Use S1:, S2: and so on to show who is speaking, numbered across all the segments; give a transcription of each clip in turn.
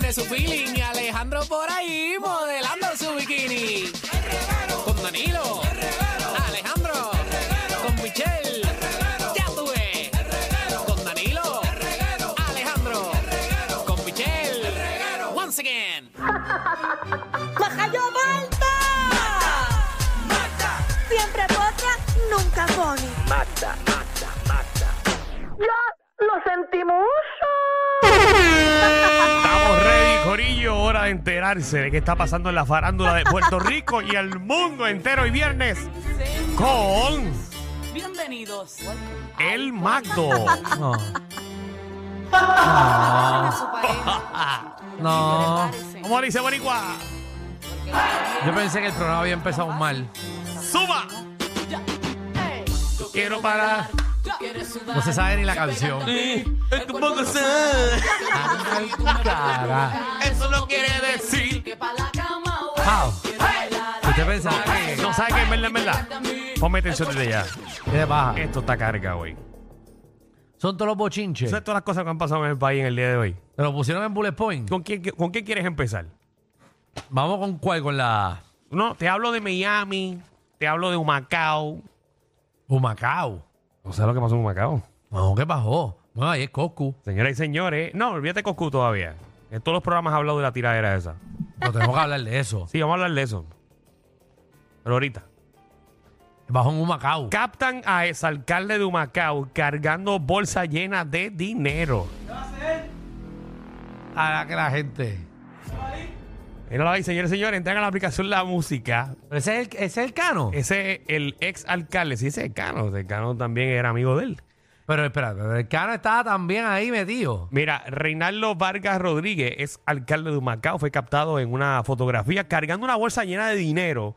S1: de su feeling. Y Alejandro por ahí modelando su bikini. Con Danilo. Alejandro. Con Michelle. Ya tuve. Con Danilo. Alejandro. Con Michelle. Once again.
S2: ¡Majayo Malta! Siempre potra, nunca pony.
S3: Estamos ready, Corillo. Hora de enterarse de qué está pasando en la farándula de Puerto Rico y el mundo entero. Y viernes con
S4: Bienvenidos.
S3: el Magdo.
S1: No.
S4: a su pareja.
S1: No.
S4: Prepárese.
S3: ¿Cómo dice Boricua?
S1: Yo pensé que el programa había empezado mal.
S3: ¡Suba! Quiero parar.
S1: No se sabe ni la canción. Cara.
S3: Eso no quiere decir.
S1: Pau. ¿Usted pensaba que
S3: Eh, No sabe qué es verdad, en verdad. Ponme atención desde ya.
S1: qué le pasa?
S3: Esto está carga, güey.
S1: Son todos los bochinches.
S3: ¿Sabes todas las cosas que han pasado en el país en el día de hoy?
S1: Te lo pusieron en bullet point.
S3: ¿Con quién, con quién quieres empezar?
S1: Vamos con cuál, con la
S3: No, te hablo de Miami, te hablo de Humacao.
S1: Humacao.
S3: No sé lo que pasó en Humacao.
S1: Vamos, ¿qué pasó? Bueno, ahí es Coscu.
S3: Señoras y señores, no, olvídate Coscu todavía. En todos los programas he hablado de la tiradera esa.
S1: No tenemos que hablar de eso.
S3: Sí, vamos a hablar de eso. Pero ahorita.
S1: Bajo en Humacao.
S3: Captan a exalcalde de Humacao cargando bolsa llena de dinero.
S1: Ahora que la gente.
S3: Míralo ahí, señores y señores, entran a la aplicación La Música.
S1: Pero ese es el, ese es el cano.
S3: Ese es el ex alcalde, sí, ese es Cano. El Cano también era amigo de él.
S1: Pero espérate, pero el cano estaba también ahí metido.
S3: Mira, Reinaldo Vargas Rodríguez, es alcalde de Humacao, fue captado en una fotografía cargando una bolsa llena de dinero,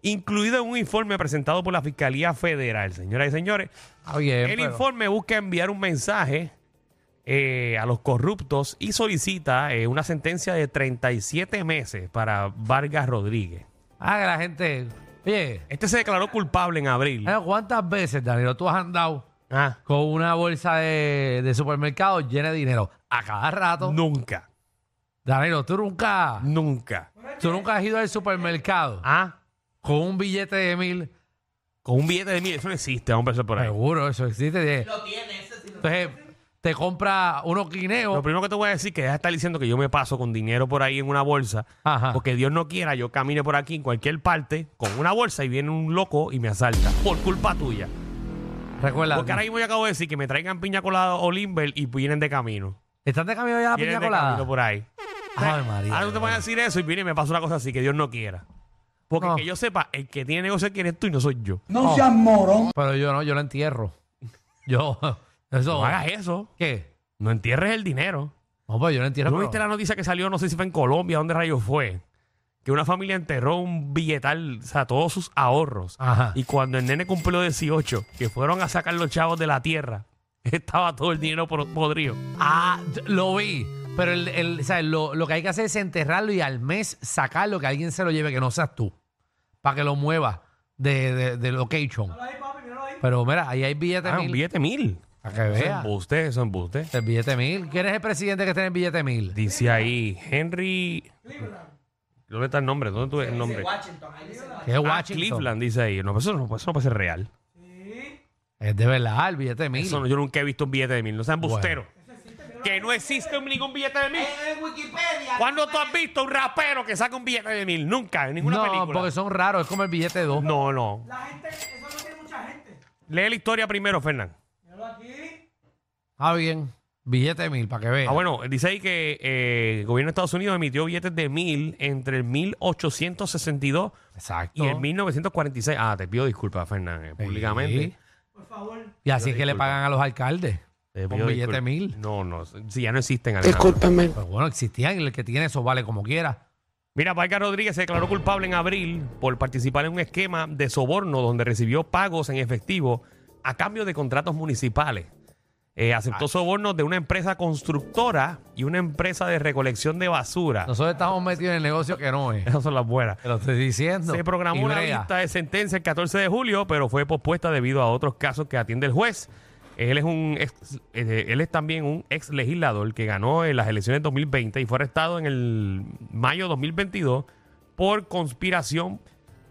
S3: incluido un informe presentado por la Fiscalía Federal. Señoras y señores,
S1: Está bien.
S3: el
S1: pero-
S3: informe busca enviar un mensaje eh, a los corruptos y solicita eh, una sentencia de 37 meses para Vargas Rodríguez.
S1: Ah, que la gente. Oye,
S3: Este se declaró culpable en abril.
S1: ¿sabes ¿cuántas veces, Danilo, tú has andado
S3: Ah,
S1: con una bolsa de, de supermercado llena de dinero? A cada rato.
S3: nunca,
S1: Danilo, tú nunca,
S3: nunca.
S1: tú nunca has ido al supermercado
S3: Ah,
S1: con un billete de mil.
S3: con un billete de mil, eso no existe, vamos a empezar por ahí.
S1: Seguro, eso existe. Lo tiene, Entonces, te compra unos
S3: Lo
S1: guineos.
S3: primero que te voy a decir es que deja de estar diciendo que yo me paso con dinero por ahí en una bolsa.
S1: Ajá.
S3: Porque Dios no quiera, yo camine por aquí en cualquier parte con una bolsa y viene un loco y me asalta. Por culpa tuya.
S1: Recuerda.
S3: Porque ahora mismo yo acabo de decir que me traigan piña colada o Limber y vienen de camino.
S1: ¿Están de camino ya la
S3: Vienen
S1: Ah, piña
S3: de
S1: colada?
S3: camino por ahí.
S1: Ay, María.
S3: ahora tú te van a decir eso y viene y me pasa una cosa así que Dios no quiera. Porque
S1: No.
S3: que yo sepa, el que tiene negocio quieres tú y no soy yo. No,
S1: Oh.
S5: No seas morón.
S1: Pero yo no, yo lo entierro. Yo, eso.
S3: hagas eso.
S1: ¿Qué?
S3: No entierres el dinero.
S1: No, pero yo lo entierro.
S3: ¿No
S1: pero-
S3: viste la noticia que salió, no sé si fue en Colombia, dónde rayos fue? Que una familia enterró un billetal, o sea, todos sus ahorros.
S1: Ajá.
S3: Y cuando el nene cumplió 18, que fueron a sacar los chavos de la tierra, estaba todo el dinero por- podrido.
S1: Ah, t- lo vi. Pero el, el- o sea, lo, lo que hay que hacer es enterrarlo y al mes sacarlo, que alguien se lo lleve, que no seas tú. Para que lo mueva de, de, de location. Pero mira, ahí hay billete
S3: Ah, un
S1: mil.
S3: billete mil.
S1: Para que
S3: Eso es
S1: veas.
S3: embuste, eso es embuste.
S1: El billete mil. ¿Quién es el presidente que tiene el billete mil?
S3: Dice ahí, Henry... ¿Dónde está el nombre? ¿Dónde tú ves el nombre?
S1: Que es
S3: Ah,
S1: Washington.
S3: Cleveland, dice ahí. No, eso no, eso no puede ser real.
S1: Es de verdad, el billete mil.
S3: Eso no, yo nunca he visto un billete de mil. No seas embustero. Que no existe ningún billete de mil.
S5: En Wikipedia.
S3: ¿Cuándo tú has visto un rapero que saca un billete de mil? Nunca, en ninguna
S1: No,
S3: película.
S1: porque son raros. Es como el billete dos.
S3: No, no.
S5: La gente, eso no tiene mucha gente.
S3: Lee la historia primero, Fernán.
S5: Míralo aquí.
S1: Ah, bien. Billete mil, para que veas.
S3: Ah, bueno, dice ahí que eh, el gobierno de Estados Unidos emitió billetes de mil entre el 1862
S1: Exacto.
S3: y el 1946. Ah, te pido disculpas, Fernán, eh,
S1: Sí.
S3: públicamente.
S5: Por favor.
S1: Y así es que le
S3: Disculpa.
S1: pagan a los alcaldes.
S3: Te
S1: Con
S3: pido
S1: billete
S3: disculpas.
S1: mil.
S3: No, no, si ya no existen. Alejandro.
S6: Discúlpeme.
S1: Pero Pues bueno, existían. y El que tiene eso vale como quiera.
S3: Mira, Vargas Rodríguez se declaró culpable en abril por participar en un esquema de soborno donde recibió pagos en efectivo a cambio de contratos municipales. Eh, aceptó sobornos de una empresa constructora y una empresa de recolección de basura.
S1: Nosotros estamos metidos en el negocio que no es.
S3: Esas son las buenas.
S1: Te lo estoy diciendo.
S3: Se programó
S1: Y
S3: una
S1: brea.
S3: vista de sentencia el 14 de julio, pero fue pospuesta debido a otros casos que atiende el juez. Él es un ex- eh, él es también un ex legislador que ganó en las elecciones 2020 y fue arrestado en el mayo 2022 por conspiración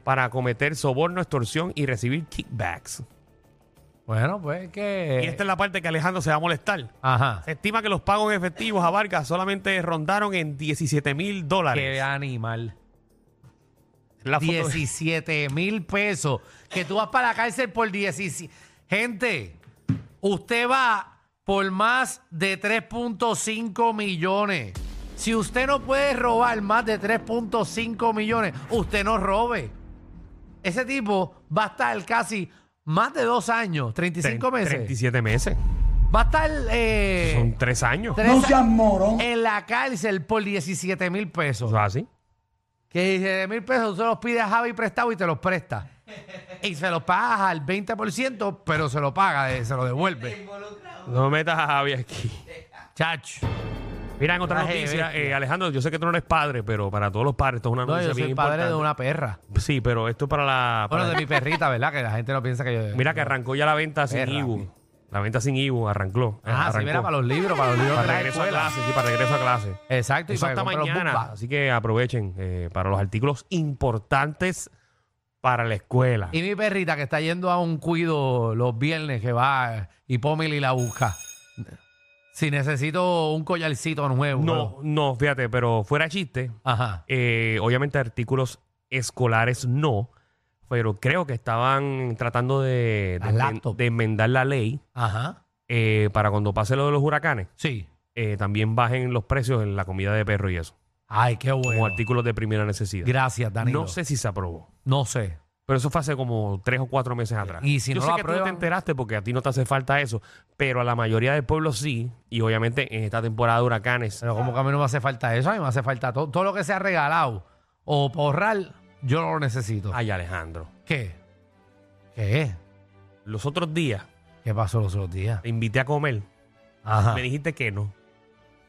S3: para cometer soborno, extorsión y recibir kickbacks.
S1: Bueno, pues que.
S3: Y este esta es la parte que Alejandro se va a molestar.
S1: Ajá.
S3: Se estima que los pagos en efectivos a Vargas solamente rondaron en 17 mil
S1: Qué
S3: dólares.
S1: animal.
S3: La foto-
S1: 17 mil pesos. Que tú vas para la cárcel por 17. Gente, usted va por más de 3.5 millones. Si usted no puede robar más de 3.5 millones, usted no robe. Ese tipo va a estar casi más de dos años, 35 meses.
S3: 37 meses.
S1: Va a estar. eh,
S3: Son tres años.
S1: tres a- En la cárcel por 17 mil pesos.
S3: Eso es así.
S1: Que 17 mil pesos tú se los pides a Javi prestado y te los presta. Y se los pagas al 20%, pero se lo paga, eh, se lo devuelve.
S3: No metas a Javi aquí.
S1: Chacho.
S3: Mira, en otra
S1: Traje
S3: noticia,
S1: bestia.
S3: eh, Alejandro, yo sé que tú no eres padre, pero para todos los padres esto es una
S1: No,
S3: noticia
S1: yo soy
S3: bien
S1: padre de
S3: importante.
S1: una perra.
S3: Sí, pero esto es para la... para-
S1: Bueno, de mi perrita, ¿verdad? Que la gente no piensa que yo.
S3: Mira que arrancó ya la venta sin
S1: Perra,
S3: Ibu.
S1: mi.
S3: La venta sin Ibu arrancó. eh,
S1: Ah, sí,
S3: arrancó.
S1: mira, para los libros, para los libros. de
S3: Para
S1: la
S3: regreso a
S1: escuela.
S3: clase, sí, para regreso a clase.
S1: Exacto,
S3: Eso
S1: y para
S3: hasta
S1: que compre los
S3: mañana.
S1: bookbags.
S3: Así que aprovechen eh, para los artículos importantes para la escuela.
S1: Y mi perrita que está yendo a un cuido los viernes que va y Pomil y la busca. Si necesito un collarcito nuevo.
S3: No, no, fíjate, pero fuera de chiste,
S1: Ajá.
S3: eh, obviamente artículos escolares no, pero creo que estaban tratando de, de,
S1: Las laptops.
S3: de enmendar la ley
S1: Ajá.
S3: eh, para cuando pase lo de los huracanes,
S1: Sí.
S3: eh, también bajen los precios en la comida de perro y eso,
S1: Ay, qué
S3: como
S1: bueno.
S3: artículos de primera necesidad.
S1: Gracias, Danilo.
S3: No sé si se aprobó.
S1: No sé.
S3: Pero eso fue hace como tres o cuatro meses atrás.
S1: Y si
S3: Yo
S1: no
S3: sé
S1: lo
S3: que tú no te
S1: aprueban-
S3: enteraste porque a ti no te hace falta eso, pero a la mayoría del pueblo sí. Y obviamente en esta temporada de huracanes,
S1: Pero como que a mí no me hace falta eso, a mí me hace falta todo, todo lo que sea regalado o porral, yo no lo necesito.
S3: ay Alejandro,
S1: ¿Qué? ¿Qué?
S3: los otros días
S1: ¿Qué pasó los otros días?
S3: te invité a comer,
S1: Ajá.
S3: me dijiste que no,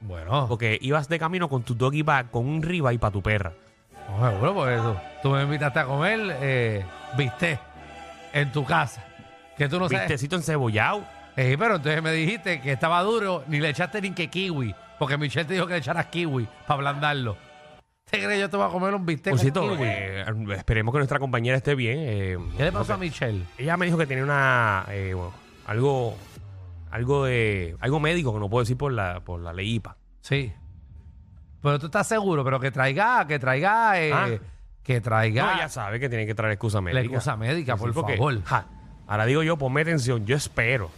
S1: Bueno,
S3: porque ibas de camino con tu doggy bag, con un riba y para tu perra.
S1: no, seguro por eso. Tú me invitaste a comer, eh, viste, en tu casa. Que tú no sabes.
S3: Vistecito encebollado.
S1: Eh, pero entonces me dijiste que estaba duro, ni le echaste ni que kiwi, porque Michelle te dijo que le echaras kiwi para ablandarlo. ¿Te crees que yo te voy a comer un bistec?
S3: Por
S1: con
S3: cierto,
S1: kiwi?
S3: eh, esperemos que nuestra compañera esté bien. eh,
S1: ¿Qué le pasó a Michelle?
S3: Ella me dijo que tenía una eh, bueno, algo algo de algo médico que no puedo decir por la por la ley IPA.
S1: Sí. Pero tú estás seguro, pero que traiga, que traiga, eh,
S3: Ah.
S1: que traiga
S3: No, ella sabe que tiene que traer excusa médica.
S1: la excusa médica,
S3: Sí,
S1: por
S3: porque,
S1: favor.
S3: ja, ahora digo yo, ponme atención, yo espero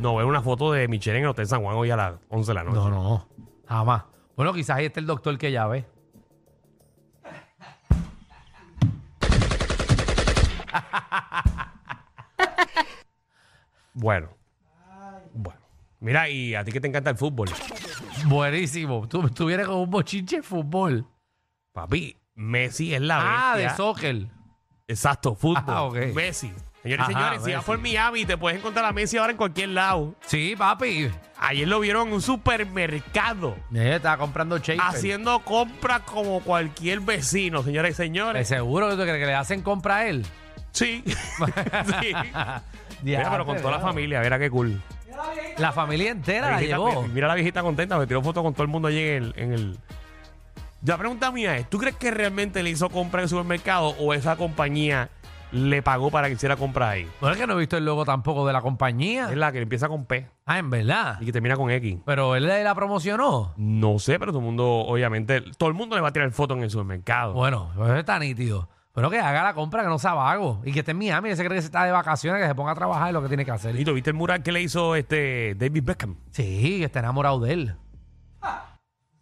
S3: no ver una foto de Michelle en el Hotel San Juan hoy a las 11 de la noche.
S1: No, no, jamás. Bueno, quizás ahí está el doctor que ya ve.
S3: Bueno. Bueno. Mira, y a ti que te encanta el fútbol.
S1: Buenísimo. Tú, tú vienes con un bochinche de fútbol.
S3: Papi, Messi es la
S1: Ah, de
S3: bestia.
S1: soccer.
S3: Exacto, fútbol.
S1: Ah, ok.
S3: Messi. Señores y
S1: Ajá,
S3: señores, si vas
S1: Messi.
S3: por Miami, te puedes encontrar a Messi ahora en cualquier lado.
S1: Sí, papi.
S3: Ayer lo vieron en un supermercado
S1: Eh, estaba comprando shaker.
S3: haciendo compras como cualquier vecino, señoras y
S1: ¿De
S3: señores.
S1: seguro que tú crees que le hacen compra a él?
S3: Sí. sí. Mira,
S1: Ya,
S3: pero con toda la
S1: ¿verdad?
S3: familia, mira qué cool.
S5: Mira la viejita.
S1: La familia entera la
S3: viejita-
S1: llevó.
S3: Mira la viejita contenta, me tiró foto con todo el mundo allí en el, en el- La pregunta mía es, ¿tú crees que realmente le hizo compra en el supermercado o esa compañía le pagó para que hiciera compra ahí?
S1: Bueno, es que no he visto el logo tampoco de la compañía.
S3: Es la que empieza con P
S1: Ah, en verdad.
S3: y que termina con X.
S1: Pero él la promocionó.
S3: No sé, pero todo el mundo, obviamente, todo el mundo le va a tirar foto en el supermercado.
S1: Bueno, eso está nítido. Pero que haga la compra, que no sea vago. Y que esté en Miami, que se cree que se está de vacaciones, que se ponga a trabajar lo que tiene que hacer.
S3: ¿Y tú viste el mural que le hizo este David Beckham?
S1: Sí, que está enamorado de él.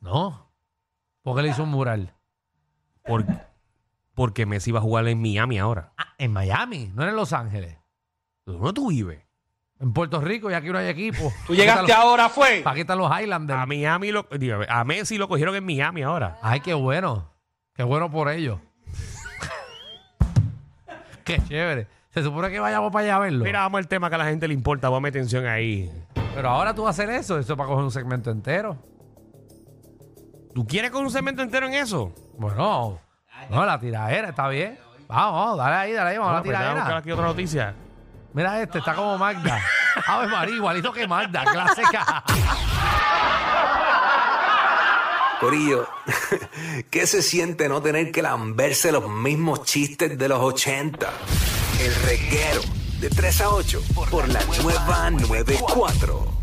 S1: ¿No? ¿Por qué le hizo un mural?
S3: Por- porque Messi va a jugar en Miami ahora.
S1: Ah, en Miami, no en Los Ángeles.
S3: ¿Dónde tú vives?
S1: En Puerto Rico, y aquí no hay equipo.
S7: Tú llegaste ahora, fue.
S1: Aquí están los Highlanders.
S3: A Miami lo, digo, a Messi lo cogieron en Miami ahora.
S1: Ay, qué bueno. Qué bueno por ellos. qué chévere. Se supone que vayamos para allá a verlo.
S3: Mira, vamos al tema que a la gente le importa. Ponme atención ahí.
S1: Pero ahora tú vas a hacer eso. Eso es para coger un segmento entero.
S3: ¿Tú quieres con un segmento entero en eso?
S1: Bueno, no, la tiradera está bien.
S3: Ah, pues,
S1: Vamos, vamos, dale ahí, dale ahí, vamos a la
S3: Bueno, pues, déjame buscar
S1: tiradera.
S3: aquí otra noticia.
S1: Mira este, está como Magda. Ave María, igualito que Magda, clase K.
S8: Corillo, ¿qué se siente no tener que lamberse los mismos chistes de los 80? El reguero de 3 a 8 por la nueva 94.